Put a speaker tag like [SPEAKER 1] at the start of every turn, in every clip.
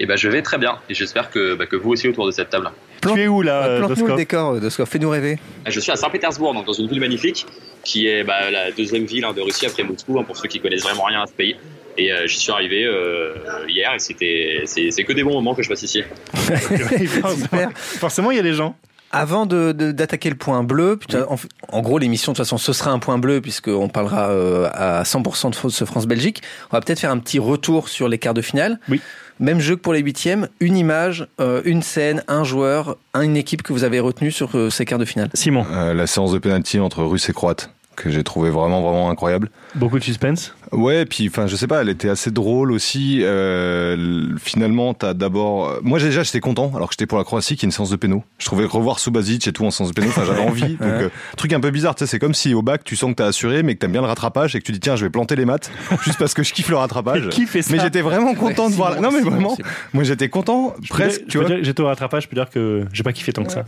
[SPEAKER 1] Et ben je vais très bien et j'espère que, bah, que vous aussi autour de cette table.
[SPEAKER 2] Plante-
[SPEAKER 3] tu es où là, euh,
[SPEAKER 2] Plante-nous le
[SPEAKER 3] Doskov
[SPEAKER 2] décor, euh, Doskov, fais-nous rêver.
[SPEAKER 1] Ah, Je suis à Saint-Pétersbourg, donc dans une ville magnifique qui est bah, la deuxième ville hein, de Russie après Moscou, hein, pour ceux qui connaissent vraiment rien à ce pays. Et euh, j'y suis arrivé euh, hier et c'était c'est c'est que des bons moments que je passe ici.
[SPEAKER 3] Forcément,
[SPEAKER 2] Super.
[SPEAKER 3] forcément, il y a des gens.
[SPEAKER 2] Avant de- de- d'attaquer le point bleu, putain, en, f- en gros l'émission de toute façon ce sera un point bleu puisqu'on parlera euh, à 100% de France- France-Belgique, on va peut-être faire un petit retour sur les quarts de finale.
[SPEAKER 3] Oui.
[SPEAKER 2] Même jeu que pour les huitièmes, une image, euh, une scène, un joueur, un- une équipe que vous avez retenue sur euh, ces quarts de finale.
[SPEAKER 3] Simon,
[SPEAKER 4] Euh, la séance de pénalty entre Russes et Croates, que j'ai trouvé vraiment, vraiment incroyable.
[SPEAKER 3] beaucoup de suspense.
[SPEAKER 4] Ouais, et puis enfin, je sais pas, elle était assez drôle aussi. Euh, l- finalement, t'as d'abord, euh, moi déjà, j'étais content, alors que j'étais pour la Croatie, qui est une séance de péno. Je trouvais revoir Subasic et tout en séance de péno, enfin, j'avais envie. Donc, euh, truc un peu bizarre, tu sais, c'est comme si au bac, tu sens que t'as assuré, mais que t'aimes bien le rattrapage et que tu dis tiens, je vais planter les maths juste parce que Ah, je kiffe le rattrapage.
[SPEAKER 3] Mais qui fait ça
[SPEAKER 4] Mais j'étais vraiment content
[SPEAKER 2] Ouais,
[SPEAKER 4] de voir.
[SPEAKER 2] Simon,
[SPEAKER 4] non, mais
[SPEAKER 2] Simon,
[SPEAKER 4] vraiment,
[SPEAKER 2] Simon.
[SPEAKER 4] moi j'étais content, presque. tu vois.
[SPEAKER 3] J'étais au rattrapage, je peux dire que j'ai pas kiffé tant que ça.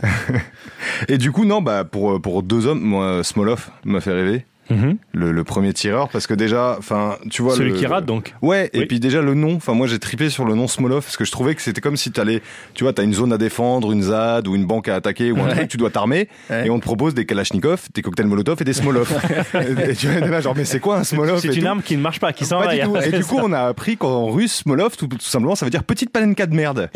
[SPEAKER 4] Et du coup, non, bah pour pour deux hommes, moi, Smolov m'a fait rêver.
[SPEAKER 3] Mhm.
[SPEAKER 4] Le, le premier tireur, parce que déjà, enfin, tu vois.
[SPEAKER 3] Celui
[SPEAKER 4] le-
[SPEAKER 3] qui rate donc.
[SPEAKER 4] Ouais,
[SPEAKER 3] Oui.
[SPEAKER 4] et puis déjà le nom, enfin moi j'ai tripé sur le nom Smolov parce que je trouvais que c'était comme si t'allais, tu vois, t'as une zone à défendre, une ZAD ou une banque à attaquer ou un
[SPEAKER 2] Ouais.
[SPEAKER 4] truc, tu dois t'armer
[SPEAKER 2] Ouais.
[SPEAKER 4] et on te propose des Kalachnikov, des cocktails Molotov et des Smolov. et, et tu vois, t'es là genre mais c'est quoi un Smolov
[SPEAKER 3] C'est
[SPEAKER 4] et
[SPEAKER 3] une
[SPEAKER 4] tout
[SPEAKER 3] arme qui ne marche pas, qui
[SPEAKER 4] Pas
[SPEAKER 3] s'enraye.
[SPEAKER 4] du tout. Et du coup, on a appris qu'en russe, Smolov, tout, tout simplement, ça veut dire petite palenka de merde.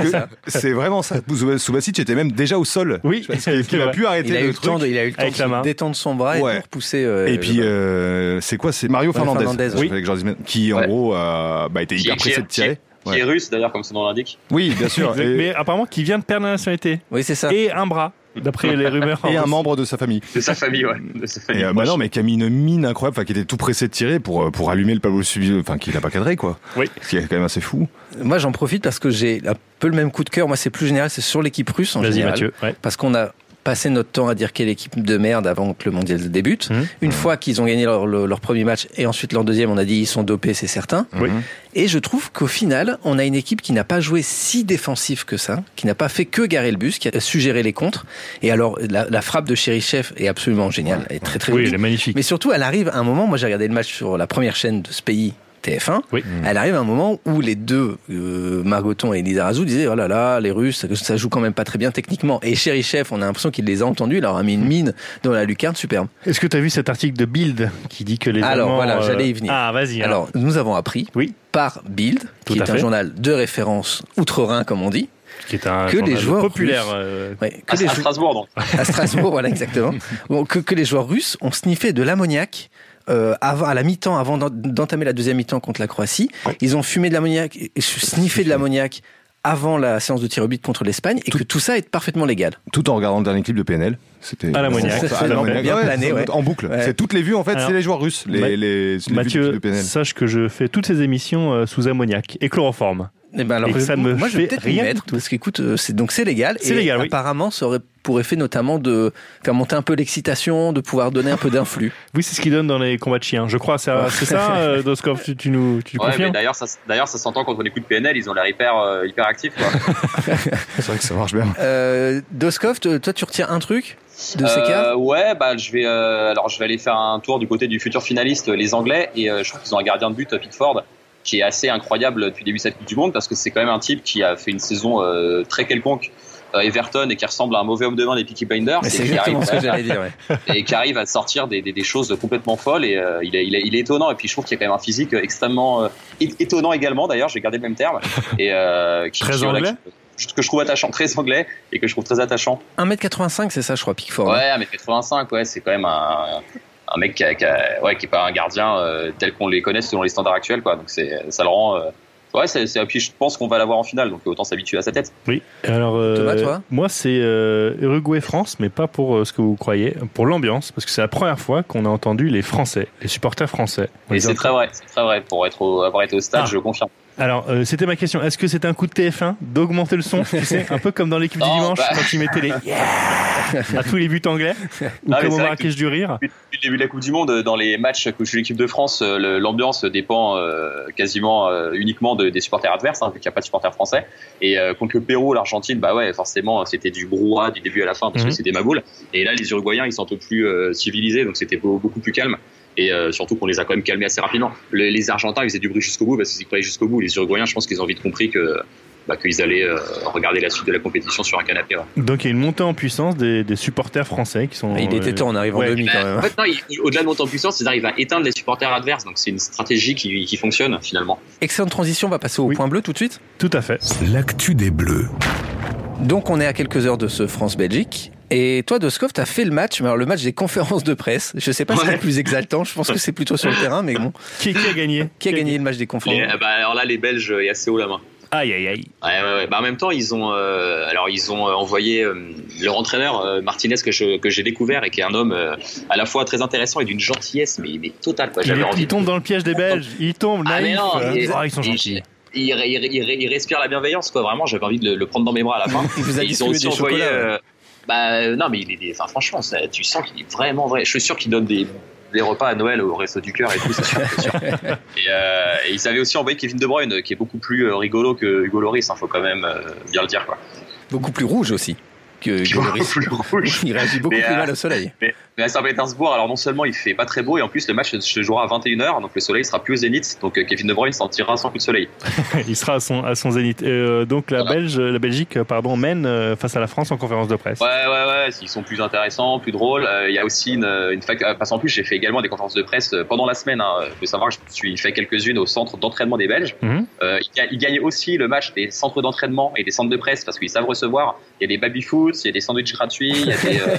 [SPEAKER 4] que c'est vraiment ça. Sou- Subasic était même déjà au sol.
[SPEAKER 3] Oui,
[SPEAKER 4] Il
[SPEAKER 3] c'est
[SPEAKER 4] a
[SPEAKER 3] vrai.
[SPEAKER 4] pu arrêter
[SPEAKER 2] Il a, eu le
[SPEAKER 4] truc.
[SPEAKER 2] temps de, il a eu le temps
[SPEAKER 3] Avec la main.
[SPEAKER 2] de détendre son bras et
[SPEAKER 4] Ouais.
[SPEAKER 2] de repousser. euh,
[SPEAKER 4] Et
[SPEAKER 2] le
[SPEAKER 4] puis,
[SPEAKER 2] ballon.
[SPEAKER 4] euh, c'est quoi C'est Mario
[SPEAKER 2] Ouais,
[SPEAKER 4] Fernandez.
[SPEAKER 2] Fernandez,
[SPEAKER 4] Je
[SPEAKER 2] oui.
[SPEAKER 4] fallait que je leur dise maintenant. Qui, en
[SPEAKER 1] Ouais.
[SPEAKER 4] gros, euh, bah, était hyper
[SPEAKER 1] Qui- qui-
[SPEAKER 4] pressé de tirer.
[SPEAKER 1] Qui
[SPEAKER 4] Ouais.
[SPEAKER 1] est russe d'ailleurs, comme son nom l'indique.
[SPEAKER 4] Oui, bien sûr.
[SPEAKER 3] Exact.
[SPEAKER 4] Et,
[SPEAKER 3] Mais apparemment, qui vient de perdre la nationalité.
[SPEAKER 4] euh,
[SPEAKER 2] Oui, c'est ça.
[SPEAKER 3] Et un bras, d'après les rumeurs.
[SPEAKER 4] et
[SPEAKER 3] en
[SPEAKER 4] un
[SPEAKER 3] Russie.
[SPEAKER 4] membre de sa famille.
[SPEAKER 1] De sa famille, ouais. De sa famille.
[SPEAKER 4] Et, euh, bah non, mais qui a mis une mine incroyable, enfin, qui était tout pressé de tirer pour, euh, pour allumer le Pablo Subizo, enfin, qu'il a pas cadré, quoi.
[SPEAKER 3] Oui.
[SPEAKER 4] Ce qui est quand même assez fou.
[SPEAKER 2] Moi j'en profite parce que j'ai un peu le même coup de cœur. Moi c'est plus général, c'est sur l'équipe russe en
[SPEAKER 3] Vas-y,
[SPEAKER 2] général.
[SPEAKER 3] Mathieu. Ouais.
[SPEAKER 2] parce qu'on a passé notre temps à dire quelle équipe de merde avant que le mondial débute.
[SPEAKER 3] Mhm.
[SPEAKER 2] Une fois qu'ils ont gagné leur, leur, leur premier match et ensuite leur deuxième, on a dit ils sont dopés, c'est certain. Mmh.
[SPEAKER 3] Oui.
[SPEAKER 2] Et je trouve qu'au final, on a une équipe qui n'a pas joué si défensif que ça, qui n'a pas fait que garer le bus, qui a suggéré les contres. Et alors la, la frappe de Chef est absolument géniale, elle est très très
[SPEAKER 3] Oui,
[SPEAKER 2] jolie.
[SPEAKER 3] il est magnifique.
[SPEAKER 2] Mais surtout, elle arrive à un moment, moi j'ai regardé le match sur la première chaîne de ce pays, TF1.
[SPEAKER 3] Oui.
[SPEAKER 2] Elle arrive à un moment où les deux, euh, Margoton et Lisa Razou, disaient Oh là là, les Russes, ça, ça joue quand même pas très bien techniquement. Et Chef, on a l'impression qu'il les a entendus, il leur a mis
[SPEAKER 3] Mm.
[SPEAKER 2] une mine dans la lucarne, superbe.
[SPEAKER 3] Est-ce que tu as vu cet article de Bild qui dit que les
[SPEAKER 2] Alors,
[SPEAKER 3] Allemands,
[SPEAKER 2] voilà, j'allais y venir.
[SPEAKER 3] Ah, vas-y.
[SPEAKER 2] Alors, nous avons appris
[SPEAKER 3] Oui.
[SPEAKER 2] par Bild,
[SPEAKER 3] Tout
[SPEAKER 2] qui
[SPEAKER 3] à
[SPEAKER 2] est un
[SPEAKER 3] fait.
[SPEAKER 2] journal de référence outre-Rhin, comme on dit,
[SPEAKER 3] qui est un
[SPEAKER 2] Que les
[SPEAKER 3] journal
[SPEAKER 2] joueurs
[SPEAKER 3] populaire.
[SPEAKER 2] russes.
[SPEAKER 3] euh,
[SPEAKER 2] Ouais, que
[SPEAKER 1] À,
[SPEAKER 2] les
[SPEAKER 1] à
[SPEAKER 2] jou-
[SPEAKER 1] Strasbourg, donc.
[SPEAKER 2] à Strasbourg, voilà exactement. Bon, que, que les joueurs russes ont sniffé de l'ammoniac euh, avant, à la mi-temps, avant d'en- d'entamer la deuxième mi-temps contre la Croatie. Ils ont fumé de l'ammoniac, et- et sniffé de l'ammoniac avant la séance de tir au but contre l'Espagne et que tout ça est parfaitement légal.
[SPEAKER 4] Tout en regardant le dernier clip de PNL. C'était
[SPEAKER 3] À l'ammoniac.
[SPEAKER 4] À l'ammoniac.
[SPEAKER 2] Bien
[SPEAKER 4] Ouais,
[SPEAKER 2] plané,
[SPEAKER 4] c'est-
[SPEAKER 2] ouais.
[SPEAKER 4] En boucle.
[SPEAKER 2] Ouais.
[SPEAKER 4] C'est toutes les vues en fait,
[SPEAKER 3] Alors,
[SPEAKER 4] c'est les joueurs russes. Les,
[SPEAKER 3] Ma-
[SPEAKER 4] les, les vues
[SPEAKER 3] Mathieu,
[SPEAKER 4] de PNL.
[SPEAKER 3] sache que je fais toutes ces émissions euh, sous ammoniac et chloroforme.
[SPEAKER 2] Et ben alors,
[SPEAKER 3] Et que ça
[SPEAKER 2] je-
[SPEAKER 3] ne
[SPEAKER 2] moi, je vais
[SPEAKER 3] fait
[SPEAKER 2] peut-être
[SPEAKER 3] rien
[SPEAKER 2] m'y
[SPEAKER 3] du
[SPEAKER 2] mettre, parce qu'écoute, euh, c'est donc c'est légal.
[SPEAKER 3] C'est
[SPEAKER 2] et
[SPEAKER 3] légal, oui.
[SPEAKER 2] Apparemment, ça aurait pour effet notamment de faire monter un peu l'excitation, de pouvoir donner un peu d'influx.
[SPEAKER 3] Oui, c'est ce qu'ils donnent dans les combats de chiens, je crois. ça- C'est ça, euh, Doskov, tu, tu nous tu
[SPEAKER 1] Ouais, mais
[SPEAKER 3] confirmes
[SPEAKER 1] d'ailleurs, ça, s- d'ailleurs, ça s'entend contre les coups de PNL, ils ont l'air hyper, euh, hyper actifs. quoi.
[SPEAKER 4] C'est vrai que ça marche bien.
[SPEAKER 2] Euh, Doskov, te- toi, tu retiens un truc de ces
[SPEAKER 1] Euh,
[SPEAKER 2] cas
[SPEAKER 1] Ouais, bah je vais euh, alors je vais aller faire un tour du côté du futur finaliste, euh, les Anglais, et euh, je trouve qu'ils ont un gardien de but, euh, Pickford, qui est assez incroyable euh, depuis le début de cette Coupe du Monde, parce que c'est quand même un type qui a fait une saison euh, très quelconque. à Everton et qui ressemble à un mauvais homme de main des Peaky Blinders
[SPEAKER 2] Mais
[SPEAKER 1] et
[SPEAKER 2] Ah, C'est
[SPEAKER 1] qui, arrive,
[SPEAKER 2] exactement ce que j'allais dire. ouais.
[SPEAKER 1] et qui arrive à sortir des, des, des choses complètement folles et euh, il, est, il, est, il est étonnant et puis je trouve qu'il y a quand même un physique extrêmement euh, é- étonnant également d'ailleurs j'ai gardé le même terme et euh, qui,
[SPEAKER 3] Très
[SPEAKER 1] qui, voilà,
[SPEAKER 3] anglais
[SPEAKER 1] qui- que je trouve attachant très anglais et que je trouve très attachant
[SPEAKER 2] 1m85, c'est ça, je crois, Pickford. hein.
[SPEAKER 1] Ouais, mais 85, ouais, c'est quand même un, un mec qui, a- qui a- ouais, qui est pas un gardien euh, tel qu'on les connaît selon les standards actuels, quoi. Donc c'est, ça le rend. euh, ouais, c'est, c'est- et puis je pense qu'on va l'avoir en finale, donc autant s'habituer à sa tête.
[SPEAKER 3] Oui. Alors, euh,
[SPEAKER 2] Thomas, toi
[SPEAKER 3] moi, c'est euh, Uruguay-France, mais pas pour euh, ce que vous croyez, pour l'ambiance, parce que c'est la première fois qu'on a entendu les Français, les supporters français. On
[SPEAKER 1] Et
[SPEAKER 3] les
[SPEAKER 1] c'est
[SPEAKER 3] entend-
[SPEAKER 1] très vrai, c'est très vrai. Pour être au- avoir été au stade,
[SPEAKER 3] Ah.
[SPEAKER 1] je confirme.
[SPEAKER 3] Alors, euh, c'était ma question. Est-ce que c'est un coup de TF1 d'augmenter le son Tu sais, un peu comme dans l'équipe du
[SPEAKER 1] Non,
[SPEAKER 3] dimanche,
[SPEAKER 1] bah.
[SPEAKER 3] quand ils mettaient les Yeah à tous les buts anglais, ou
[SPEAKER 1] Ah, mais
[SPEAKER 3] comme
[SPEAKER 1] c'est
[SPEAKER 3] au
[SPEAKER 1] vrai
[SPEAKER 3] Marrakech du Rire.
[SPEAKER 1] Depuis le début de la Coupe du Monde, dans les matchs que joue l'équipe de France, euh, le- l'ambiance dépend euh, quasiment euh, uniquement de- des supporters adverses, hein, vu qu'il n'y a pas de supporters français. Et euh, contre le Pérou, l'Argentine, bah ouais, forcément, c'était du brouhaha du début à la fin, parce
[SPEAKER 3] Mhm.
[SPEAKER 1] que c'est des maboules. Et là, les Uruguayens, ils sont un peu plus euh, civilisés, donc c'était beau- beaucoup plus calme. Et euh, surtout qu'on les a quand même calmés assez rapidement. Le- les Argentins, ils faisaient du bruit jusqu'au bout, parce qu'ils y croyaient jusqu'au bout. Les Uruguayens, je pense qu'ils ont vite compris que bah, qu'ils allaient euh, regarder la suite de la compétition sur un canapé. ouais.
[SPEAKER 3] Donc, il y a une montée en puissance des, des supporters français qui sont.
[SPEAKER 2] Ah, Il était
[SPEAKER 3] euh,
[SPEAKER 2] temps, on arrive en
[SPEAKER 3] ouais.
[SPEAKER 2] demi quand
[SPEAKER 1] Bah, En
[SPEAKER 2] même.
[SPEAKER 1] fait, non, ils- ils- au-delà de monter en puissance, ils arrivent à éteindre les supporters adverses. Donc, c'est une stratégie qui, qui fonctionne finalement.
[SPEAKER 2] Excellente transition, on va passer au
[SPEAKER 3] Oui.
[SPEAKER 2] point bleu tout de suite.
[SPEAKER 3] Tout à fait.
[SPEAKER 5] L'actu des Bleus.
[SPEAKER 2] Donc on est à quelques heures de ce France-Belgique. Et toi, Doskov, t'as fait le match, mais alors le match des conférences de presse. Je sais pas si c'est
[SPEAKER 1] Ouais.
[SPEAKER 2] le plus exaltant, je pense que c'est plutôt sur le terrain, mais bon.
[SPEAKER 3] Qui, qui a gagné
[SPEAKER 2] Qui a gagné le match des conférences
[SPEAKER 1] Et, euh, bah, alors là, les Belges euh, est assez haut la main.
[SPEAKER 3] Aïe, aïe, aïe.
[SPEAKER 1] Ouais, ouais, ouais. Bah, en même temps, ils ont, euh, alors, ils ont euh, envoyé euh, leur entraîneur euh, Martinez que je- que j'ai découvert et qui est un homme euh, à la fois très intéressant et d'une gentillesse, mais, mais totale. Quoi.
[SPEAKER 3] Il,
[SPEAKER 1] Bah, J'avais
[SPEAKER 3] il
[SPEAKER 1] envie de-
[SPEAKER 3] tombe dans le piège des Belges. Il tombe,
[SPEAKER 1] Ah, mais
[SPEAKER 3] naïf.
[SPEAKER 1] non,
[SPEAKER 3] Euh,
[SPEAKER 1] mais-
[SPEAKER 3] oh, ils sont
[SPEAKER 1] et-
[SPEAKER 3] gentils.
[SPEAKER 1] il, il- il- il respire la bienveillance, quoi. Vraiment, j'avais envie de le, le prendre dans mes bras à la fin.
[SPEAKER 2] Il vous a
[SPEAKER 1] Et ils ont
[SPEAKER 2] distribué
[SPEAKER 1] aussi
[SPEAKER 2] des
[SPEAKER 1] envoyé.
[SPEAKER 2] chocolats. ouais.
[SPEAKER 1] euh, bah euh, non, mais il est. des- Enfin, franchement, ça- tu sens qu'il est vraiment vrai. Je suis sûr qu'il donne des, des repas à Noël au resto du cœur et tout, c'est sûr. c'est sûr. Et, euh, et ils avaient aussi envoyé Kevin De Bruyne, qui est beaucoup plus euh, rigolo que Hugo Loris. hein, faut quand même euh, bien le dire, quoi.
[SPEAKER 2] Beaucoup plus rouge aussi que que Lloris.
[SPEAKER 1] Plus rouge.
[SPEAKER 2] Il réagit beaucoup
[SPEAKER 1] Mais,
[SPEAKER 2] plus
[SPEAKER 1] euh,
[SPEAKER 2] mal au soleil.
[SPEAKER 1] Mais à Saint-Pétersbourg, alors non seulement il fait pas très beau, et en plus le match se jouera à 21h, donc le soleil sera plus au zénith, donc euh, Kevin De Bruyne s'en tirera sans coup de soleil.
[SPEAKER 3] Il sera à son, à son zénith. Euh, donc la,
[SPEAKER 1] Voilà.
[SPEAKER 3] Belge, la Belgique euh, pardon, mène euh, face à la France en conférence de presse.
[SPEAKER 1] Ouais, ouais, ouais, ils sont plus intéressants, plus drôles. Euh, Il y a aussi une, une fac. euh, Parce qu'en plus, j'ai fait également des conférences de presse euh, pendant la semaine. Hein. Faut savoir que je suis fait quelques-unes au centre d'entraînement des Belges.
[SPEAKER 3] Mhm.
[SPEAKER 1] Euh, ils, ga- ils gagnent aussi le match des centres d'entraînement et des centres de presse parce qu'ils savent recevoir. Il y a des baby-foot, il y a des sandwichs gratuits, il y a des. euh,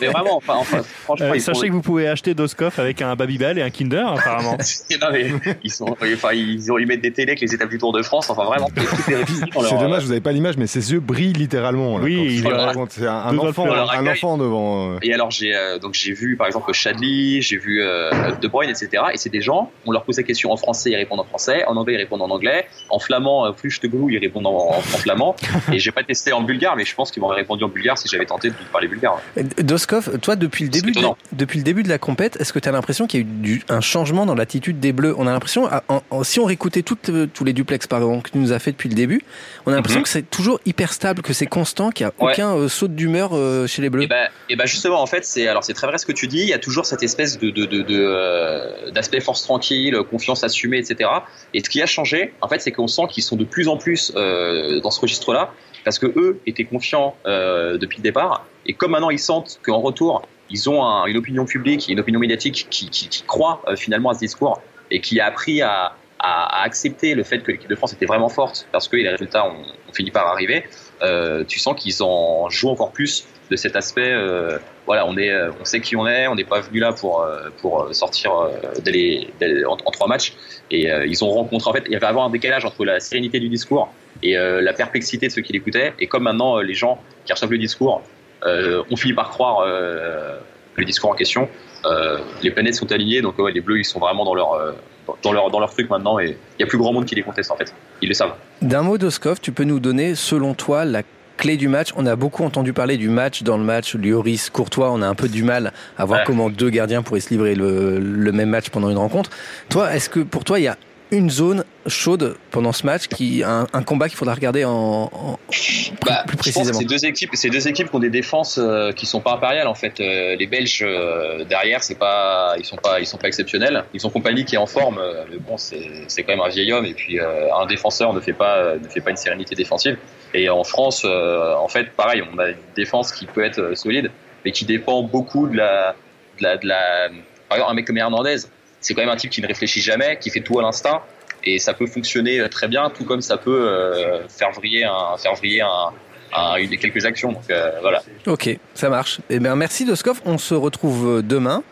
[SPEAKER 1] Mais vraiment, enfin, enfin, franchement,
[SPEAKER 3] Euh,
[SPEAKER 1] ils
[SPEAKER 3] sachez que vous pouvez acheter Doskov avec un Babybel et un Kinder, apparemment.
[SPEAKER 1] sont... Non, mais ils sont. Enfin, ils, ont, ils mettent des télés avec les étapes du Tour de France. Enfin, vraiment, tout est réussi dans
[SPEAKER 4] C'est
[SPEAKER 1] leur-
[SPEAKER 4] dommage, vous n'avez pas l'image, mais ses yeux brillent littéralement. là,
[SPEAKER 3] Oui,
[SPEAKER 4] quand
[SPEAKER 3] il
[SPEAKER 4] tu
[SPEAKER 1] est-
[SPEAKER 4] le racontes. c'est un, un
[SPEAKER 3] Deux doigts
[SPEAKER 4] enfant,
[SPEAKER 3] de
[SPEAKER 1] fleurs.
[SPEAKER 4] un enfant devant. euh,
[SPEAKER 1] Et alors j'ai euh, donc j'ai vu par exemple Chadli, j'ai vu euh, De Bruyne, etc. Et c'est des gens, on leur pose la question en français, ils répondent en français, en anglais, ils répondent en anglais, en flamand, euh, plus de glou, ils répondent en, en- en flamand. Et j'ai pas testé en bulgare, mais je pense qu'ils m'auraient répondu en bulgare si j'avais tenté de parler bulgare.
[SPEAKER 2] Doskov, toi, depuis le
[SPEAKER 1] C'est
[SPEAKER 2] début, de,
[SPEAKER 1] étonnant.
[SPEAKER 2] depuis le début de la compète, est-ce que tu as l'impression qu'il y a eu du- un changement dans l'attitude des Bleus On a l'impression, à- en- en- si on réécoutait toutes, euh, tous les duplex par exemple que tu nous as fait depuis le début, on a l'impression
[SPEAKER 1] Mhm.
[SPEAKER 2] que c'est toujours hyper stable, que c'est constant, qu'il n'y a
[SPEAKER 1] Ouais.
[SPEAKER 2] aucun euh, saut d'humeur euh, chez les Bleus.
[SPEAKER 1] Et ben et ben justement en fait c'est alors c'est très vrai ce que tu dis. Il y a toujours cette espèce de de- de- de, euh, d'aspect force tranquille, confiance assumée, etc. Et ce qui a changé en fait c'est qu'on sent qu'ils sont de plus en plus euh, dans ce registre-là parce que eux étaient confiants euh, depuis le départ et comme maintenant ils sentent qu'en retour ils ont un- une opinion publique, et une opinion médiatique qui, qui, qui croit euh, finalement à ce discours et qui a appris à à, à accepter le fait que l'équipe de France était vraiment forte parce que les résultats ont, ont fini par arriver, euh, tu sens qu'ils en jouent encore plus de cet aspect. euh, voilà, on est, euh, on sait qui on est, on n'est pas venu là pour euh, pour euh, sortir euh, dès les- dès les- en, en trois matchs. Et euh, ils ont rencontré en fait, il y avait avant un décalage entre la sérénité du discours et euh, la perplexité de ceux qui l'écoutaient. Et comme maintenant euh, les gens qui reçoivent le discours, euh, on finit par croire euh, le discours en question. euh, les planètes sont alignées, donc ouais, les Bleus ils sont vraiment dans leur euh, dans- dans leur dans leur truc maintenant. Et il y a plus grand monde qui les conteste en fait. Ils le savent.
[SPEAKER 2] D'un mot d'Oskov, tu peux nous donner, selon toi, la clé du match On a beaucoup entendu parler du match dans le match Lloris Courtois. On a un peu du mal à voir
[SPEAKER 1] Ouais.
[SPEAKER 2] comment deux gardiens pourraient se livrer le, le même match pendant une rencontre. Toi, est-ce que pour toi, il y a une zone chaude pendant ce match, qui un, un combat qu'il faudra regarder en, en- plus,
[SPEAKER 1] Bah,
[SPEAKER 2] plus
[SPEAKER 1] Je pense
[SPEAKER 2] précisément
[SPEAKER 1] que ces deux équipes, ces deux équipes qui ont des défenses euh, qui sont pas impériales en fait. Euh, les Belges euh, derrière, c'est pas, ils sont pas, ils sont pas exceptionnels. Ils ont compagnie qui est en forme, euh, mais bon, c'est c'est quand même un vieil homme et puis euh, un défenseur ne fait pas, euh, ne fait pas une sérénité défensive. Et en France, euh, en fait, pareil, on a une défense qui peut être euh, solide, mais qui dépend beaucoup de la, de la, de la- Par exemple, un mec comme Hernandez, c'est quand même un type qui ne réfléchit jamais, qui fait tout à l'instinct. Et ça peut fonctionner euh, très bien, tout comme ça peut euh, faire vriller un, faire vriller un, à une des quelques actions. Donc euh, voilà.
[SPEAKER 2] Ok, ça marche. Eh bien, merci Doskov. On se retrouve euh, demain.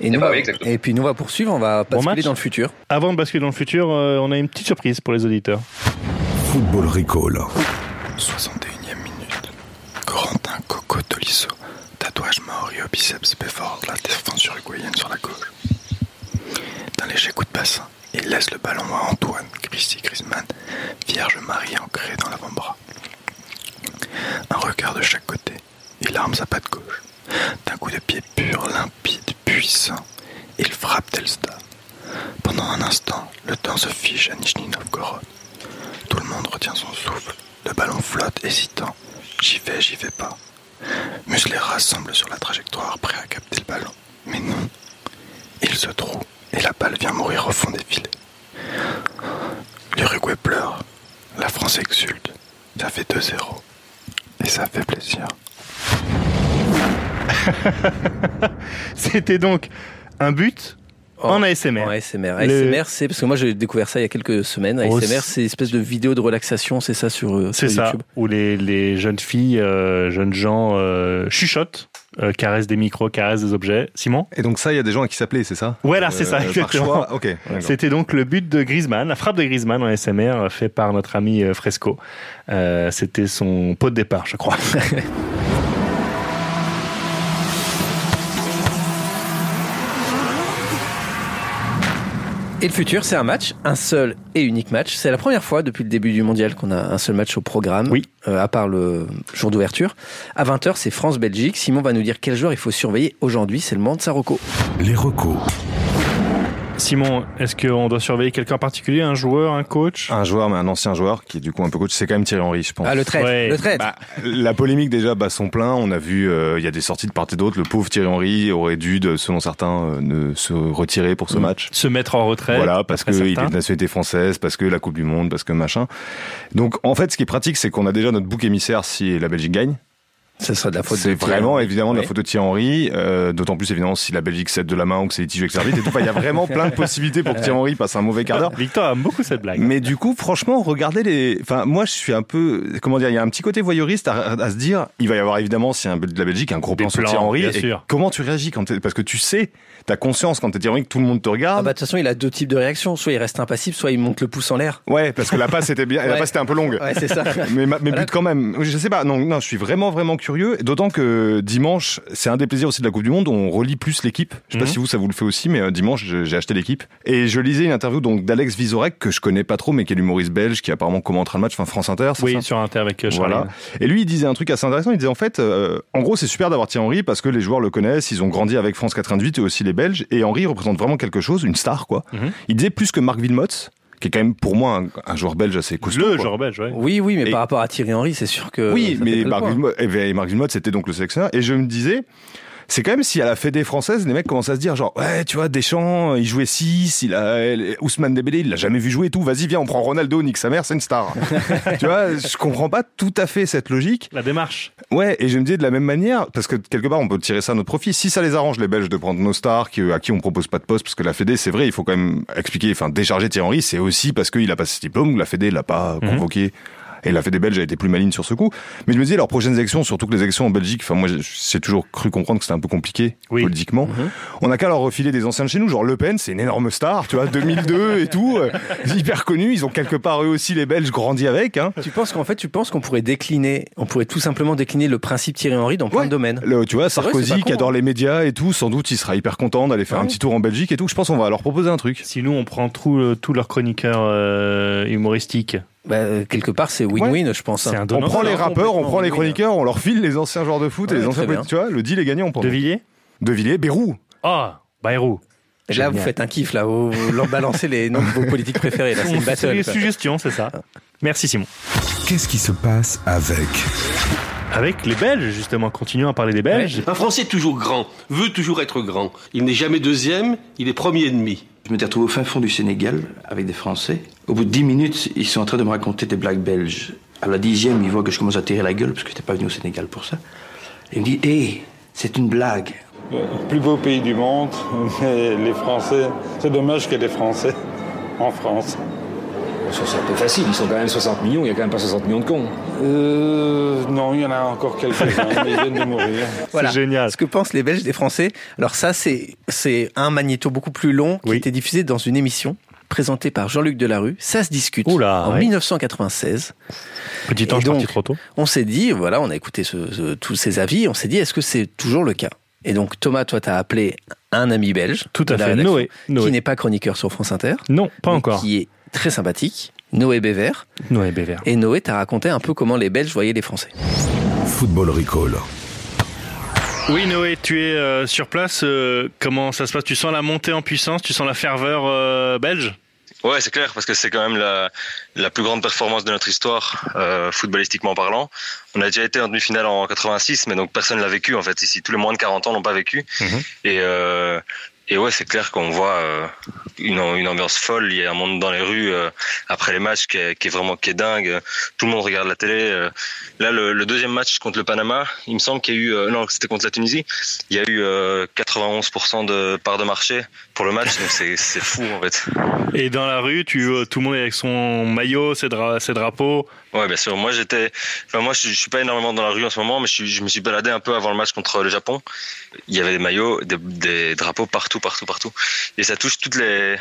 [SPEAKER 2] Et, nous,
[SPEAKER 1] bah
[SPEAKER 2] va-
[SPEAKER 1] oui, exactement.
[SPEAKER 2] et puis nous, on va poursuivre. On va
[SPEAKER 3] Bon
[SPEAKER 2] basculer
[SPEAKER 3] match.
[SPEAKER 2] dans le futur.
[SPEAKER 3] Avant de basculer dans le futur, euh, on a une petite surprise pour les auditeurs.
[SPEAKER 5] Football Recall.
[SPEAKER 6] 61e minute. Corentin Coco Tolisso. Tatouage maori au biceps Béfort, la défense uruguayenne sur la gauche. D'un léger coup de bassin, il laisse le ballon à Antoine Christy Griezmann, Vierge Marie ancrée dans l'avant-bras. Un regard de chaque côté, il arme sa patte gauche. D'un coup de pied pur, limpide, puissant, il frappe Telstar. Pendant un instant, le temps se fige à Nijni Novgorod. Tout le monde retient son souffle. Le ballon flotte, hésitant. J'y vais, j'y vais pas. Muslera semble sur la trajectoire, prêt à capter le ballon. Mais non. Il se trouve et la balle vient mourir au fond des filets. L'Uruguay pleure. La France exulte. Ça fait 2-0. Et ça fait plaisir.
[SPEAKER 3] C'était donc un but
[SPEAKER 4] Oh.
[SPEAKER 3] en ASMR.
[SPEAKER 2] En ASMR.
[SPEAKER 3] Le-
[SPEAKER 2] ASMR, c'est parce que moi j'ai découvert ça il y a quelques semaines.
[SPEAKER 3] Oh,
[SPEAKER 2] ASMR,
[SPEAKER 3] c'est-
[SPEAKER 2] c'est une espèce de vidéo de relaxation, c'est ça sur, euh,
[SPEAKER 3] C'est
[SPEAKER 2] sur
[SPEAKER 3] ça,
[SPEAKER 2] YouTube.
[SPEAKER 3] où les, les jeunes filles, euh, jeunes gens euh, chuchotent, euh, caressent des micros, caressent des objets. Simon
[SPEAKER 4] Et donc ça, il y a des gens à qui s'appelaient, c'est ça
[SPEAKER 3] Ouais, là, c'est ça,
[SPEAKER 4] Euh, par
[SPEAKER 3] exactement.
[SPEAKER 4] choix, ok. d'accord.
[SPEAKER 3] C'était donc le but de Griezmann, la frappe de Griezmann en SMR euh, fait par notre ami euh, Fresco. Euh, C'était son pot de départ, je crois.
[SPEAKER 2] Et le futur, c'est un match, un seul et unique match. C'est la première fois depuis le début du mondial qu'on a un seul match au programme,
[SPEAKER 3] Oui.
[SPEAKER 2] euh, à part le jour d'ouverture. À 20h, c'est France-Belgique. Simon va nous dire quel joueur il faut surveiller aujourd'hui. C'est le moment de Saroko.
[SPEAKER 5] Les recos.
[SPEAKER 3] Simon, est-ce qu'on doit surveiller quelqu'un en particulier, un joueur, un coach
[SPEAKER 4] Un joueur, mais un ancien joueur qui est du coup un peu coach, c'est quand même Thierry Henry, je pense.
[SPEAKER 2] Ah, le traître.
[SPEAKER 3] Ouais.
[SPEAKER 2] Le traître.
[SPEAKER 4] Bah, la polémique déjà bat son plein. On a vu, euh, il y a des sorties de part et d'autre. Le pauvre Thierry Henry aurait dû, de- selon certains, euh, ne se retirer pour ce
[SPEAKER 2] Mm.
[SPEAKER 4] match.
[SPEAKER 3] Se mettre en retrait
[SPEAKER 4] Voilà, parce
[SPEAKER 3] d'après
[SPEAKER 4] qu'il est de
[SPEAKER 3] certains.
[SPEAKER 4] nationalité française, parce que la Coupe du Monde, parce que machin. Donc en fait, ce qui est pratique, c'est qu'on a déjà notre bouc émissaire si la Belgique gagne.
[SPEAKER 2] Ce sera de la faute de
[SPEAKER 4] C'est
[SPEAKER 2] Thierry
[SPEAKER 4] vraiment
[SPEAKER 2] Henry.
[SPEAKER 4] évidemment de la
[SPEAKER 2] Ouais.
[SPEAKER 4] photo de Thierry Henry, euh, d'autant plus évidemment si la Belgique cède de la main ou que c'est litigieux avec l'arbitre et tout. Enfin, il y a vraiment plein de possibilités pour que Thierry Henry passe un mauvais quart d'heure.
[SPEAKER 3] Victor aime beaucoup cette blague.
[SPEAKER 4] Mais du coup, franchement, regardez les. Enfin, moi, je suis un peu. Comment dire Il y a un petit côté voyeuriste à, à se dire. Il va y avoir évidemment, si un but de la Belgique, un gros
[SPEAKER 3] Des
[SPEAKER 4] plan sur
[SPEAKER 3] plans,
[SPEAKER 4] Thierry Henry.
[SPEAKER 3] bien
[SPEAKER 4] et
[SPEAKER 3] sûr.
[SPEAKER 4] Comment tu réagis quand t'es- Parce que tu sais, t'as conscience quand t'es Thierry Henry que tout le monde te
[SPEAKER 2] Ah
[SPEAKER 4] regarde.
[SPEAKER 2] bah, de toute façon, il a deux types de réactions. Soit il reste impassible, soit il monte le pouce en l'air.
[SPEAKER 4] Ouais, parce que la passe était bien. La
[SPEAKER 2] Ouais.
[SPEAKER 4] passe était un peu longue.
[SPEAKER 2] Ouais, c'est ça.
[SPEAKER 4] Mais, ma- mais
[SPEAKER 2] Voilà.
[SPEAKER 4] but quand même. Je sais pas. Non, non, je suis vraiment, vraiment curieux. D'autant que dimanche, c'est un des plaisirs aussi de la Coupe du Monde. On relit plus l'équipe. Je sais pas
[SPEAKER 3] Mhm.
[SPEAKER 4] si vous, ça vous le fait aussi, mais euh, dimanche, je- j'ai acheté l'équipe. Et je lisais une interview donc d'Alex Vizorek, que je connais pas trop, mais qui est l'humoriste belge, qui apparemment commentera le match, enfin France Inter. c'est
[SPEAKER 3] Oui,
[SPEAKER 4] ça
[SPEAKER 3] sur Inter avec euh, Charline.
[SPEAKER 4] Voilà. Et lui, il disait un truc assez intéressant. Il disait en fait, euh, en gros, c'est super d'avoir Thierry Henry parce que les joueurs le connaissent, ils ont grandi avec France 98 et aussi les Belges. Et Henry représente vraiment quelque chose, une star, quoi.
[SPEAKER 3] Mhm.
[SPEAKER 4] Il disait plus que Marc Wilmots, qui est quand même pour moi un, un joueur belge assez costaud.
[SPEAKER 3] Le
[SPEAKER 4] quoi.
[SPEAKER 3] joueur belge, ouais.
[SPEAKER 2] Oui, oui, mais
[SPEAKER 4] Et-
[SPEAKER 2] par rapport à Thierry Henry, c'est sûr que.
[SPEAKER 4] Oui,
[SPEAKER 2] ça fait
[SPEAKER 4] mais
[SPEAKER 2] peu de
[SPEAKER 4] Marc
[SPEAKER 2] points.
[SPEAKER 4] Wilmots, et Marc Wilmots, c'était donc le sélectionneur. Et je me disais, c'est quand même si à la Fédé française, les mecs commencent à se dire genre ouais, tu vois, Deschamps, il jouait 6, il a Ousmane Dembélé, il l'a jamais vu jouer et tout. Vas-y, viens, on prend Ronaldo, nique sa mère, c'est une star. tu vois, je comprends pas tout à fait cette logique.
[SPEAKER 3] La démarche.
[SPEAKER 4] Ouais, et je me dis de la même manière parce que quelque part on peut tirer ça à notre profit. Si ça les arrange les Belges de prendre nos stars qui- euh, à qui on propose pas de poste parce que la Fédé, c'est vrai, il faut quand même expliquer enfin décharger Thierry Henry, c'est aussi parce qu'il a pas ce diplôme, que la Fédé l'a pas convoqué. Et la Fédé belge a été plus maligne sur ce coup. Mais je me disais, leurs prochaines élections, surtout que les élections en Belgique, enfin, moi, j'ai- j'ai toujours cru comprendre que c'était un peu compliqué
[SPEAKER 3] Oui.
[SPEAKER 4] politiquement. On n'a qu'à leur refiler des anciens de chez nous. Genre, Le Pen, c'est une énorme star, tu vois, 2002 et tout, euh, hyper connu. Ils ont quelque part eux aussi, les Belges, grandi avec, hein.
[SPEAKER 2] Tu penses qu'en fait, tu penses qu'on pourrait décliner, on pourrait tout simplement décliner le principe Thierry Henry dans plein
[SPEAKER 4] Ouais.
[SPEAKER 2] de domaines.
[SPEAKER 4] Le- tu vois,
[SPEAKER 2] C'est vrai, c'est
[SPEAKER 4] Sarkozy
[SPEAKER 2] pas
[SPEAKER 4] qui
[SPEAKER 2] con,
[SPEAKER 4] adore
[SPEAKER 2] hein.
[SPEAKER 4] les médias et tout, sans doute, il sera hyper content d'aller faire
[SPEAKER 2] Ouais. Ah
[SPEAKER 4] un petit tour en Belgique et tout. Je pense qu'on va leur proposer un truc.
[SPEAKER 3] Si nous, on prend tout, euh, tous leurs chroniqueurs euh, humoristiques.
[SPEAKER 2] Bah, euh, quelque part, c'est win-win, je pense. hein.
[SPEAKER 3] C'est un
[SPEAKER 4] On
[SPEAKER 3] donnant.
[SPEAKER 4] prend les
[SPEAKER 2] non,
[SPEAKER 4] rappeurs, on
[SPEAKER 2] complètement,
[SPEAKER 4] prend les
[SPEAKER 2] oui, euh.
[SPEAKER 4] chroniqueurs, on leur file les anciens joueurs de foot
[SPEAKER 2] Ouais,
[SPEAKER 4] et les
[SPEAKER 2] très
[SPEAKER 4] anciens.
[SPEAKER 2] bien.
[SPEAKER 4] Tu vois, le deal est gagné, on prend.
[SPEAKER 3] De Villiers
[SPEAKER 4] De Villiers, Bérou.
[SPEAKER 3] Ah, Bayrou.
[SPEAKER 2] Et là, vous
[SPEAKER 3] Génial.
[SPEAKER 2] faites un kiff, là. Vous, vous leur balancez les noms de vos politiques préférés. Là, Bah, c'est une
[SPEAKER 3] C'est
[SPEAKER 2] battle.
[SPEAKER 3] les
[SPEAKER 2] quoi.
[SPEAKER 3] suggestions, c'est ça. Merci Simon.
[SPEAKER 5] Qu'est-ce qui se passe avec
[SPEAKER 3] Avec les Belges, justement, continuons à parler des Belges.
[SPEAKER 7] Un Français toujours grand, veut toujours être grand. Il n'est jamais deuxième, il est premier ennemi.
[SPEAKER 8] Je m'étais retrouvé au fin fond du Sénégal avec des Français. Au bout de 10 minutes, ils sont en train de me raconter des blagues belges. À la dixième, ils voient que je commence à tirer la gueule parce que j'étais pas venu au Sénégal pour ça. Et ils me disent Hé, c'est une blague.
[SPEAKER 9] Le plus beau pays du monde, mais les Français, c'est dommage que les Français en France.
[SPEAKER 10] C'est un peu facile, ils sont quand même 60 millions, il n'y a quand même pas 60 millions de cons.
[SPEAKER 9] Euh, non, il y en a encore quelques-uns, mais ils viennent de mourir.
[SPEAKER 2] Voilà.
[SPEAKER 3] génial.
[SPEAKER 2] Ce que pensent les Belges des Français. Alors ça, c'est c'est un magnéto beaucoup plus long qui
[SPEAKER 3] Oui.
[SPEAKER 2] était diffusé dans une émission présentée par Jean-Luc Delarue. Ça se discute.
[SPEAKER 3] Oula,
[SPEAKER 2] en
[SPEAKER 3] ouais.
[SPEAKER 2] 1996,
[SPEAKER 3] Petit
[SPEAKER 2] Et
[SPEAKER 3] ange parti
[SPEAKER 2] donc-
[SPEAKER 3] trop tôt.
[SPEAKER 2] on s'est dit, voilà, on a écouté ce- ce- tous ces avis, on s'est dit, est-ce que c'est toujours le cas Et donc Thomas, toi, t'as appelé un ami belge,
[SPEAKER 3] Tout à
[SPEAKER 2] de la
[SPEAKER 3] fait.
[SPEAKER 2] rédaction,
[SPEAKER 3] Noé.
[SPEAKER 2] qui
[SPEAKER 3] Noé.
[SPEAKER 2] n'est pas chroniqueur sur France Inter,
[SPEAKER 3] Non, pas
[SPEAKER 2] mais
[SPEAKER 3] encore.
[SPEAKER 2] qui est très sympathique, Noé Bévert.
[SPEAKER 3] Noé Bévert.
[SPEAKER 2] Et Noé t'a raconté un peu comment les Belges voyaient les Français.
[SPEAKER 5] Football Recall
[SPEAKER 3] Oui, Noé, tu es euh, sur place. euh, comment ça se passe Tu sens la montée en puissance Tu sens la ferveur euh, belge
[SPEAKER 11] Ouais, c'est clair, parce que c'est quand même la, la plus grande performance de notre histoire, euh, footballistiquement parlant. On a déjà été en demi-finale en 86, mais donc personne l'a vécu, en fait, ici. Tous les moins de 40 ans l'ont pas vécu.
[SPEAKER 3] Mhm.
[SPEAKER 11] Et, euh, et ouais, c'est clair qu'on voit euh, une, une ambiance folle. Il y a un monde dans les rues euh, après les matchs qui est, qui est vraiment qui est dingue. Tout le monde regarde la télé. euh. Là, le, le deuxième match contre le Panama, il me semble qu'il y a eu... euh, non, c'était contre la Tunisie. Il y a eu euh, 91% de part de marché pour le match, donc c'est c'est fou, en fait.
[SPEAKER 3] Et dans la rue, tu vois tout le monde est avec son maillot, ses, dra- ses drapeaux.
[SPEAKER 11] Ouais, bien sûr. Moi, j'étais. Enfin, moi, je, je suis pas énormément dans la rue en ce moment, mais je, suis- je me suis baladé un peu avant le match contre le Japon. Il y avait des maillots, des, des drapeaux partout, partout, partout. Et ça touche toutes les.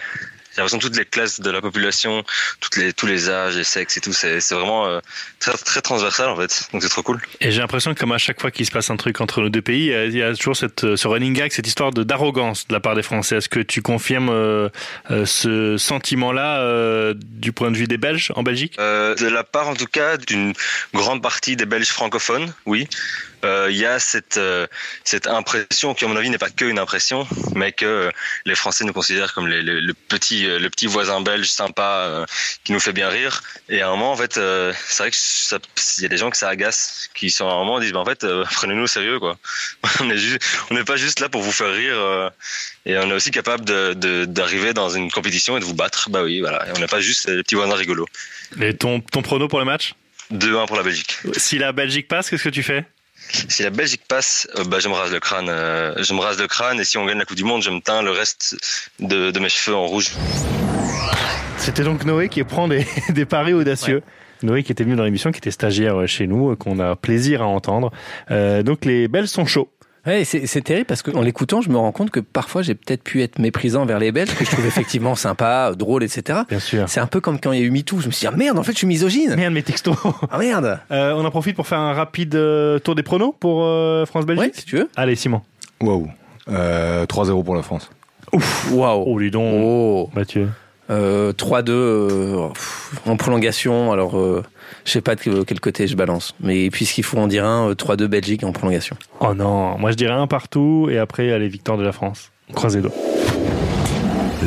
[SPEAKER 11] J'ai l'impression toutes les classes de la population, toutes les, tous les âges, les sexes et tout. C'est c'est vraiment euh, très, très transversal en fait. Donc c'est trop cool.
[SPEAKER 3] Et j'ai l'impression que comme à chaque fois qu'il se passe un truc entre nos deux pays, il y a- il y a toujours cette, euh, ce running gag, cette histoire de d'arrogance de la part des Français. Est-ce que tu confirmes euh, euh, ce sentiment-là euh, du point de vue des Belges en Belgique
[SPEAKER 11] Euh, de la part, en tout cas, d'une grande partie des Belges francophones, oui. Euh, Il y a cette, euh, cette impression qui, à mon avis, n'est pas qu'une impression, mais que euh, les Français nous considèrent comme les, les- le, petit, euh, le petit voisin belge sympa euh, qui nous fait bien rire. Et à un moment, en fait, euh, c'est vrai qu'il y a des gens que ça agace, qui sont à un moment disent, bah, en fait, euh, prenez-nous au sérieux, quoi. on n'est juste- on n'est pas juste là pour vous faire rire. euh, et on est aussi capable de- de- d'arriver dans une compétition et de vous battre. Bah oui, voilà. Et on n'est pas juste euh, les petits voisins rigolos.
[SPEAKER 3] Et ton, ton prono pour le match
[SPEAKER 11] 2-1 pour la Belgique.
[SPEAKER 3] Si la Belgique passe, qu'est-ce que tu fais
[SPEAKER 11] Si la Belgique passe, euh, bah, je me rase le crâne. euh, je me rase le crâne et si on gagne la Coupe du Monde, je me teins le reste de, de mes cheveux en rouge.
[SPEAKER 3] C'était donc Noé qui prend des, des paris audacieux. Noé qui était venu dans l'émission, qui était stagiaire euh, chez nous, euh, qu'on a plaisir à entendre. Euh, donc les Belges sont chauds.
[SPEAKER 2] Ouais, et c'est c'est terrible parce qu'en l'écoutant, je me rends compte que parfois j'ai peut-être pu être méprisant vers les Belges, que je trouve effectivement sympa, drôle, etc.
[SPEAKER 3] Bien sûr.
[SPEAKER 2] C'est un peu comme quand il y a eu MeToo. Je me suis dit, ah merde, en fait, je suis misogyne.
[SPEAKER 3] Merde mes textos.
[SPEAKER 2] Ah merde.
[SPEAKER 3] Euh, on en profite pour faire un rapide euh, tour des pronos pour euh,
[SPEAKER 2] Ouais,
[SPEAKER 3] France-Belgique.
[SPEAKER 2] si tu veux.
[SPEAKER 3] Allez Simon.
[SPEAKER 4] Waouh. Euh, 3-0 pour la France.
[SPEAKER 2] Waouh.
[SPEAKER 3] Oh lui donc.
[SPEAKER 2] Oh.
[SPEAKER 3] Mathieu.
[SPEAKER 2] Euh, 3-2 euh, pff, en prolongation. Alors, euh, je sais pas de quel côté je balance. Mais puisqu'il faut en dire un, euh, 3-2 Belgique en prolongation.
[SPEAKER 3] Oh non, moi je dirais un partout et après allez victoire de la France. Croisez dos.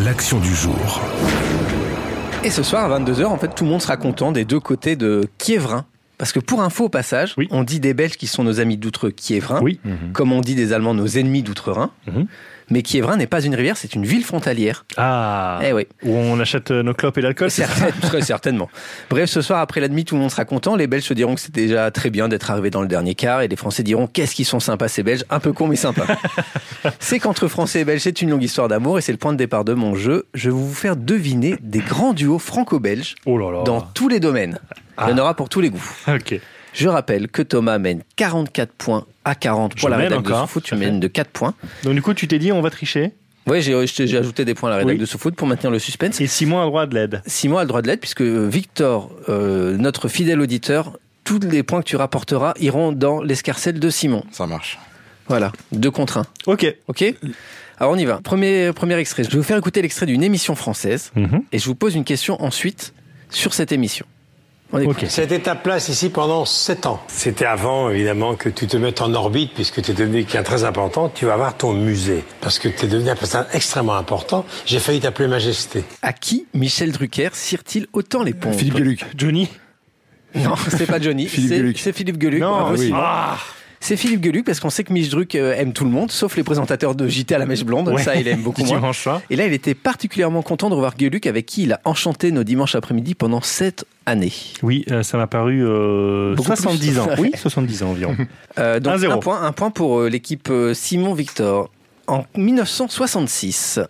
[SPEAKER 5] L'action du jour
[SPEAKER 2] Et ce soir, à 22h, en fait, tout le monde sera content des deux côtés de Kievrin. Parce que pour info, au passage, on dit des Belges qui sont nos amis d'outre-Kiévrin, comme on dit des Allemands nos ennemis d'outre-Rhin.
[SPEAKER 3] Mhm.
[SPEAKER 2] Mais Kiévrin n'est pas une rivière, c'est une ville frontalière.
[SPEAKER 3] Ah
[SPEAKER 2] Eh oui.
[SPEAKER 3] Où on achète euh, nos clopes et l'alcool c'est ça
[SPEAKER 2] Certain- très certainement. Bref, ce soir, après la demi, tout le monde sera content. Les Belges se diront que c'est déjà très bien d'être arrivé dans le dernier quart. Et les Français diront qu'est-ce qu'ils sont sympas, ces Belges. Un peu cons, mais sympas. c'est qu'entre Français et Belges, c'est une longue histoire d'amour. Et c'est le point de départ de mon jeu. Je vais vous faire deviner des grands duos franco-belges
[SPEAKER 3] Oh
[SPEAKER 2] dans tous les domaines. Il y en
[SPEAKER 3] Ah.
[SPEAKER 2] aura pour tous les goûts.
[SPEAKER 3] Ok.
[SPEAKER 2] Je rappelle que Thomas mène 44 points à 40 pour
[SPEAKER 3] Je
[SPEAKER 2] la
[SPEAKER 3] mène
[SPEAKER 2] rédaction de
[SPEAKER 3] encore,
[SPEAKER 2] ce foot. Tu
[SPEAKER 3] tout à fait.
[SPEAKER 2] mènes de 4 points.
[SPEAKER 3] Donc du coup, tu t'es dit, on va tricher
[SPEAKER 2] Oui, j'ai euh, j'ai- j'ai ajouté des points à la rédaction
[SPEAKER 3] Oui.
[SPEAKER 2] de ce foot pour maintenir le suspense.
[SPEAKER 3] Et Simon a le droit de l'aide.
[SPEAKER 2] Simon a le droit de l'aide puisque euh, Victor, euh, notre fidèle auditeur, tous les points que tu rapporteras iront dans l'escarcelle de Simon.
[SPEAKER 4] Ça marche.
[SPEAKER 2] Voilà, deux contre un.
[SPEAKER 3] Ok.
[SPEAKER 2] Ok Alors on y va. Premier, premier extrait. Je vais vous faire écouter l'extrait d'une émission française
[SPEAKER 3] Mhm.
[SPEAKER 2] et je vous pose une question ensuite sur cette émission.
[SPEAKER 12] C'était ta place ici pendant 7 ans. C'était avant, évidemment, que tu te mettes en orbite, puisque tu es devenu quelqu'un de très important. Tu vas voir ton musée, parce que tu es devenu un personnage extrêmement important. J'ai failli t'appeler Majesté.
[SPEAKER 2] À qui Michel Drucker cire-t-il autant les pompes
[SPEAKER 12] Philippe Gueluc.
[SPEAKER 3] Johnny
[SPEAKER 2] Non, c'est pas Johnny.
[SPEAKER 3] Philippe
[SPEAKER 2] c'est-
[SPEAKER 3] Gueluc.
[SPEAKER 2] C'est Philippe Gueluc.
[SPEAKER 3] Non,
[SPEAKER 2] bravo,
[SPEAKER 3] ah oui.
[SPEAKER 2] Simon.
[SPEAKER 3] Ah.
[SPEAKER 2] C'est Philippe Gueluc parce qu'on sait que Mich Druck euh, aime tout le monde, sauf les présentateurs de JT à la mèche blonde.
[SPEAKER 3] Ouais.
[SPEAKER 2] Ça, il aime beaucoup
[SPEAKER 3] Du
[SPEAKER 2] moins.
[SPEAKER 3] dimanche soir.
[SPEAKER 2] Et là, il était particulièrement content de revoir Gueluc avec qui il a enchanté nos dimanches après-midi pendant sept années.
[SPEAKER 3] Oui, euh, ça m'a paru euh,
[SPEAKER 2] Beaucoup
[SPEAKER 3] 70
[SPEAKER 2] plus.
[SPEAKER 3] ans. Oui, 70 ans environ.
[SPEAKER 2] Euh, donc,
[SPEAKER 3] Un
[SPEAKER 2] un,
[SPEAKER 3] zéro.
[SPEAKER 2] point, un point pour euh, l'équipe euh, Simon Victor. En 1966,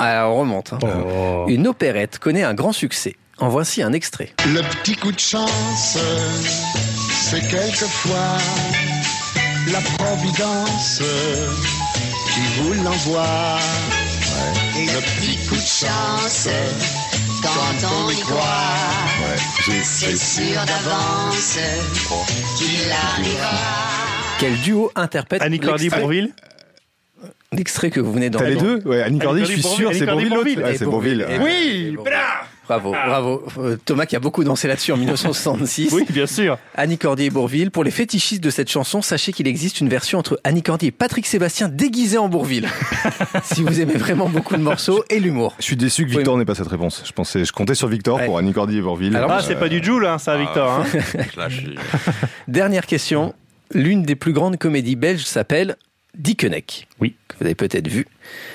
[SPEAKER 2] alors on remonte, hein.
[SPEAKER 3] Oh.
[SPEAKER 2] une opérette connaît un grand succès. En voici un extrait.
[SPEAKER 13] Le petit coup de chance, c'est quelquefois la providence qui vous l'envoie. Le petit coup de chance, quand on y croit, c'est sûr d'avance qu'il arrivera.
[SPEAKER 2] Quel duo interprète
[SPEAKER 3] Annie Cordy
[SPEAKER 2] l'extrait-
[SPEAKER 3] Bourville
[SPEAKER 2] L'extrait que vous venez d'entendre.
[SPEAKER 4] T'as les deux Ouais, Annie Cordy, je suis sûr, c'est Bourville l'autre. Ouais,
[SPEAKER 2] Et
[SPEAKER 4] c'est Bourville.
[SPEAKER 2] et
[SPEAKER 4] ouais.
[SPEAKER 2] et Bravo, bravo. Euh, Thomas qui a beaucoup dansé là-dessus en 1966.
[SPEAKER 3] Ah. Oui, bien sûr.
[SPEAKER 2] Annie Cordy et Bourville. Pour les fétichistes de cette chanson, sachez qu'il existe une version entre Annie Cordy et Patrick Sébastien déguisé en Bourville. si vous aimez vraiment beaucoup le morceau et l'humour.
[SPEAKER 4] Je suis déçu que Victor n'ait pas cette réponse. Je pensais, je comptais sur Victor pour Euh, Annie Cordy et Bourville.
[SPEAKER 3] ah, c'est pas du Joule, hein, ça, Victor. hein.
[SPEAKER 2] Dernière question. L'une des plus grandes comédies belges s'appelle Dickeneck.
[SPEAKER 3] Oui.
[SPEAKER 2] Que vous avez peut-être vu.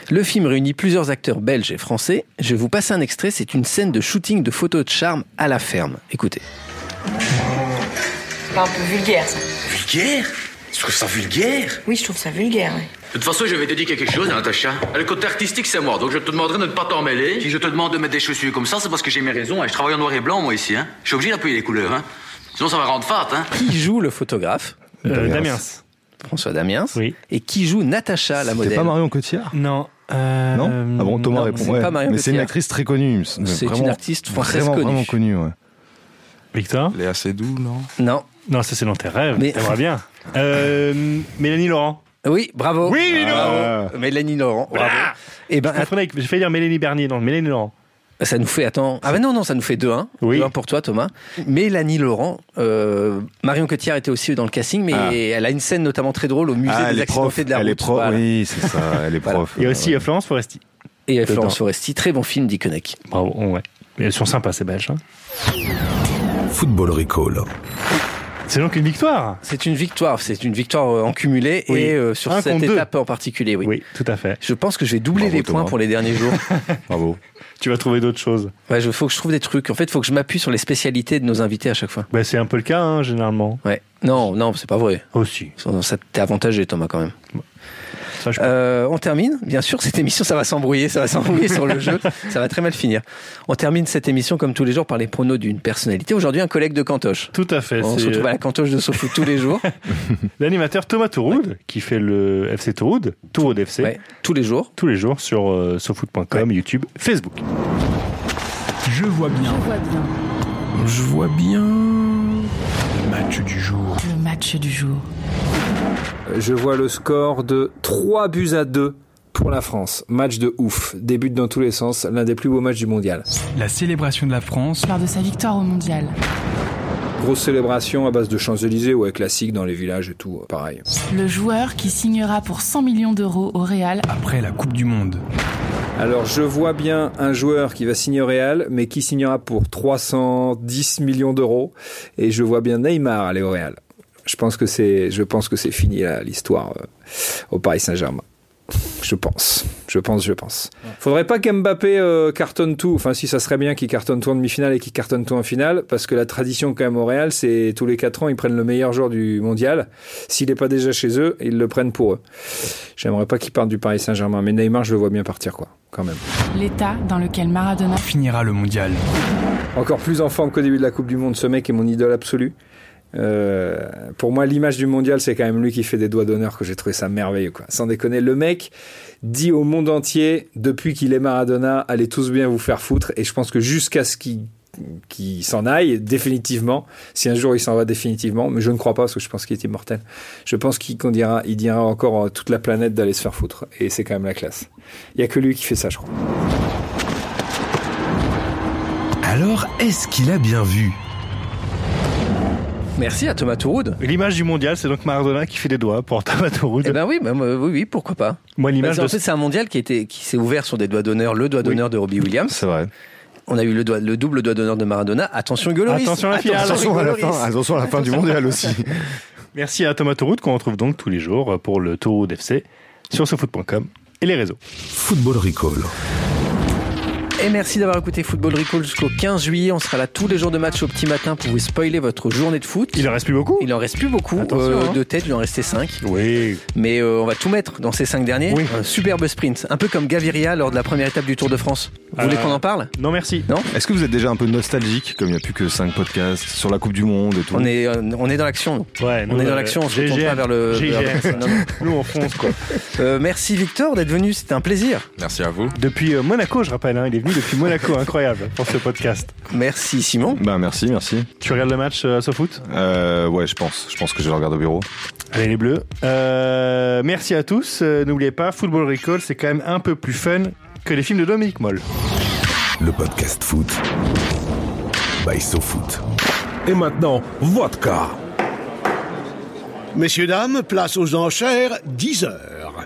[SPEAKER 2] Le film réunit plusieurs acteurs belges et français. Je vous passe un extrait. C'est une scène de shooting de photos de charme à la ferme. Écoutez.
[SPEAKER 14] C'est pas un peu vulgaire, ça.
[SPEAKER 15] Vulgaire Tu trouves ça vulgaire
[SPEAKER 14] Oui, je trouve ça vulgaire. oui.
[SPEAKER 15] De toute façon, je vais te dire quelque chose, Natacha. Le côté artistique, c'est moi, donc je te demanderai de ne pas t'en mêler. Si je te demande de mettre des chaussures comme ça, c'est parce que j'ai mes raisons. hein. Je travaille en noir et blanc, moi, ici. hein. Je suis obligé d'appuyer les couleurs. hein. Sinon, ça va rendre farte. Hein.
[SPEAKER 2] Qui joue le photographe
[SPEAKER 3] Euh, Damiens.
[SPEAKER 2] François Damiens. Et qui joue Natacha, la
[SPEAKER 4] C'était
[SPEAKER 2] modèle Euh,
[SPEAKER 4] pas Marion Cotillard
[SPEAKER 3] Non. euh,
[SPEAKER 4] Non Ah bon, Thomas
[SPEAKER 2] non,
[SPEAKER 4] répond.
[SPEAKER 2] c'est
[SPEAKER 4] ouais.
[SPEAKER 2] pas Marion
[SPEAKER 4] Mais c'est une
[SPEAKER 2] Cotillard.
[SPEAKER 4] actrice très connue. il me semble.
[SPEAKER 2] C'est une
[SPEAKER 4] Vraiment-
[SPEAKER 2] artiste française
[SPEAKER 4] vraiment,
[SPEAKER 2] connue.
[SPEAKER 4] Vraiment connue, ouais.
[SPEAKER 3] Victor
[SPEAKER 4] Elle est assez doux, non
[SPEAKER 2] Non.
[SPEAKER 3] Non, ça, c'est dans tes rêves.
[SPEAKER 2] Mais-
[SPEAKER 3] T'aimerais bien. Euh, Mélanie Laurent.
[SPEAKER 2] Oui, bravo.
[SPEAKER 3] Oui,
[SPEAKER 2] Bravo.
[SPEAKER 3] Laurent
[SPEAKER 2] Mélanie Laurent. Bravo. Et ben,
[SPEAKER 3] Je avec, j'ai failli dire Mélanie Bernier, non, Mélanie Laurent.
[SPEAKER 2] Ça nous fait, attends. Ah, ben non, non, ça nous fait 2-1. 2-1 pour toi, Thomas. Mélanie Laurent, euh, Marion Cotillard était aussi dans le casting, mais
[SPEAKER 4] Ah.
[SPEAKER 2] elle a une scène notamment très drôle au musée
[SPEAKER 4] Ah, elle
[SPEAKER 2] des
[SPEAKER 4] est prof.
[SPEAKER 2] accidentés de la route.
[SPEAKER 4] Elle est prof,
[SPEAKER 2] Voilà.
[SPEAKER 4] oui, c'est ça, elle est prof.
[SPEAKER 2] Ah,
[SPEAKER 3] Et aussi euh, Florence Foresti.
[SPEAKER 2] Et
[SPEAKER 3] Dedans.
[SPEAKER 2] Florence Foresti, très bon film d'Iconek.
[SPEAKER 3] Bravo, oh, ouais. Mais elles sont sympas, ces Belges. hein.
[SPEAKER 5] Football Recall.
[SPEAKER 3] C'est donc une victoire.
[SPEAKER 2] C'est une victoire, c'est une victoire euh, en cumulé
[SPEAKER 3] Oui.
[SPEAKER 2] et euh, sur
[SPEAKER 3] Un
[SPEAKER 2] cette
[SPEAKER 3] contre deux.
[SPEAKER 2] étape en particulier, oui.
[SPEAKER 3] Oui, tout à fait.
[SPEAKER 2] Je pense que je vais doubler les points
[SPEAKER 3] Thomas.
[SPEAKER 2] pour les derniers jours.
[SPEAKER 4] Bravo.
[SPEAKER 3] Tu vas trouver d'autres choses.
[SPEAKER 2] Ouais, je faut que je trouve des trucs. En fait, faut que je m'appuie sur les spécialités de nos invités à chaque fois.
[SPEAKER 3] Bah, c'est un peu le cas, hein, généralement.
[SPEAKER 2] Ouais. Non, non, c'est pas vrai.
[SPEAKER 3] Aussi.
[SPEAKER 2] Ça t'es avantagé, Thomas, quand même. Euh, on termine, bien sûr, cette émission, ça va s'embrouiller, ça va s'embrouiller sur le jeu, ça va très mal finir. On termine cette émission, comme tous les jours, par les pronos d'une personnalité. Aujourd'hui, un collègue de Cantoche.
[SPEAKER 3] Tout à fait.
[SPEAKER 2] On
[SPEAKER 3] c'est- euh,
[SPEAKER 2] se retrouve à la Cantoche de Sofou tous les jours.
[SPEAKER 3] L'animateur Thomas Touroud, qui fait le FC Touroud, Touroud FC.
[SPEAKER 2] Tous les jours.
[SPEAKER 3] Tous les jours sur euh, sofoot.com, YouTube, Facebook.
[SPEAKER 16] Je vois bien. Je vois bien. Le match du jour.
[SPEAKER 17] Le match du jour.
[SPEAKER 18] Je vois le score de 3 buts à 2 pour la France. Match de ouf. Des buts dans tous les sens. L'un des plus beaux matchs du mondial.
[SPEAKER 16] La célébration de la France.
[SPEAKER 17] Lors de sa victoire au mondial.
[SPEAKER 18] Grosse célébration à base de Champs-Élysées, ouais, classique dans les villages et tout, euh, pareil.
[SPEAKER 17] Le joueur qui signera pour 100 millions d'euros au Real.
[SPEAKER 16] Après la Coupe du Monde.
[SPEAKER 18] Alors je vois bien un joueur qui va signer au Real, mais qui signera pour 310 millions d'euros, et je vois bien Neymar aller au Real. Je pense que c'est, je pense que c'est fini là, l'histoire euh, au Paris Saint-Germain. Je pense, je pense, je pense. Faudrait pas qu'Mbappé euh, cartonne tout. Enfin, si ça serait bien qu'il cartonne tout en demi-finale et qu'il cartonne tout en finale, parce que la tradition quand même au Real, c'est tous les quatre ans ils prennent le meilleur joueur du mondial. S'il n'est pas déjà chez eux, ils le prennent pour eux. J'aimerais pas qu'il parte du Paris Saint-Germain, mais Neymar, je le vois bien partir quoi, quand même.
[SPEAKER 17] L'état dans lequel Maradona
[SPEAKER 18] finira le mondial. Encore plus en forme qu'au début de la Coupe du Monde, ce mec est mon idole absolue. Euh, pour moi, l'image du mondial, c'est quand même lui qui fait des doigts d'honneur que j'ai trouvé ça merveilleux. Quoi. Sans déconner, le mec dit au monde entier, depuis qu'il est Maradona, allez tous bien vous faire foutre. Et je pense que jusqu'à ce qu'il qu'il s'en aille définitivement, si un jour il s'en va définitivement, mais je ne crois pas parce que je pense qu'il est immortel, je pense qu'il qu'on dira, il dira encore à toute la planète d'aller se faire foutre. Et c'est quand même la classe. Il n'y a que lui qui fait ça, je crois.
[SPEAKER 5] Alors, est-ce qu'il a bien vu
[SPEAKER 2] Merci à Thomas Touroud.
[SPEAKER 3] L'image du mondial, c'est donc Maradona qui fait des doigts pour Thomas Touroud.
[SPEAKER 2] Eh ben oui, ben, euh, oui, oui, pourquoi pas.
[SPEAKER 3] Moi, l'image
[SPEAKER 2] Parce qu'en
[SPEAKER 3] de-
[SPEAKER 2] fait, c'est un mondial qui était, qui s'est ouvert sur des doigts d'honneur, le doigt d'honneur de Robbie Williams.
[SPEAKER 4] C'est vrai.
[SPEAKER 2] On a eu le, doigt, le double doigt d'honneur de Maradona. Attention, Gueuloris.
[SPEAKER 3] Attention à la finale.
[SPEAKER 4] Attention à la
[SPEAKER 2] Gueuloris.
[SPEAKER 4] fin, attention à la fin du mondial aussi.
[SPEAKER 3] Merci à Thomas Touroud qu'on retrouve donc tous les jours euh, pour le Touroud FC sur sofoot.com et les réseaux.
[SPEAKER 5] Football Recall.
[SPEAKER 2] Et merci d'avoir écouté Football Recall jusqu'au 15 juillet. On sera là tous les jours de match au petit matin pour vous spoiler votre journée de foot.
[SPEAKER 3] Il en reste plus beaucoup
[SPEAKER 2] Il en reste plus beaucoup.
[SPEAKER 3] Attention,
[SPEAKER 2] Euh,
[SPEAKER 3] hein.
[SPEAKER 2] De tête, il en restait 5.
[SPEAKER 3] Oui.
[SPEAKER 2] Mais euh, on va tout mettre dans ces 5 derniers.
[SPEAKER 3] Oui.
[SPEAKER 2] Un superbe sprint. Un peu comme Gaviria lors de la première étape du Tour de France. Vous voulez
[SPEAKER 4] Euh,
[SPEAKER 2] qu'on en parle
[SPEAKER 3] Non, merci.
[SPEAKER 2] Non
[SPEAKER 4] Est-ce que vous êtes déjà un peu nostalgique, comme il n'y a plus que 5 podcasts sur la Coupe du Monde et tout
[SPEAKER 2] on est, euh, on est dans l'action. nous.
[SPEAKER 3] Ouais,
[SPEAKER 2] on
[SPEAKER 4] nous,
[SPEAKER 2] est dans
[SPEAKER 4] euh,
[SPEAKER 2] l'action, on se retourne
[SPEAKER 4] GGM,
[SPEAKER 2] pas vers le. vers la
[SPEAKER 4] GGM.
[SPEAKER 2] personne. Non, non.
[SPEAKER 3] Nous, on fonce, quoi.
[SPEAKER 2] Euh, merci Victor d'être venu, c'était un plaisir.
[SPEAKER 3] Merci à vous. Depuis euh, Monaco, je rappelle, hein, il est venu depuis Monaco, incroyable, pour ce podcast.
[SPEAKER 2] Merci Simon.
[SPEAKER 4] Bah merci, merci.
[SPEAKER 3] Tu regardes le match euh, à SoFoot
[SPEAKER 4] Euh, ouais, je pense. Je pense que je le regarde au bureau.
[SPEAKER 3] Allez les bleus. Euh, merci à tous. Euh, N'oubliez pas, Football Recall, c'est quand même un peu plus fun que les films de Dominique Moll.
[SPEAKER 5] Le podcast foot. By SoFoot. Et maintenant, vodka.
[SPEAKER 19] Messieurs, dames, place aux enchères, 10 heures.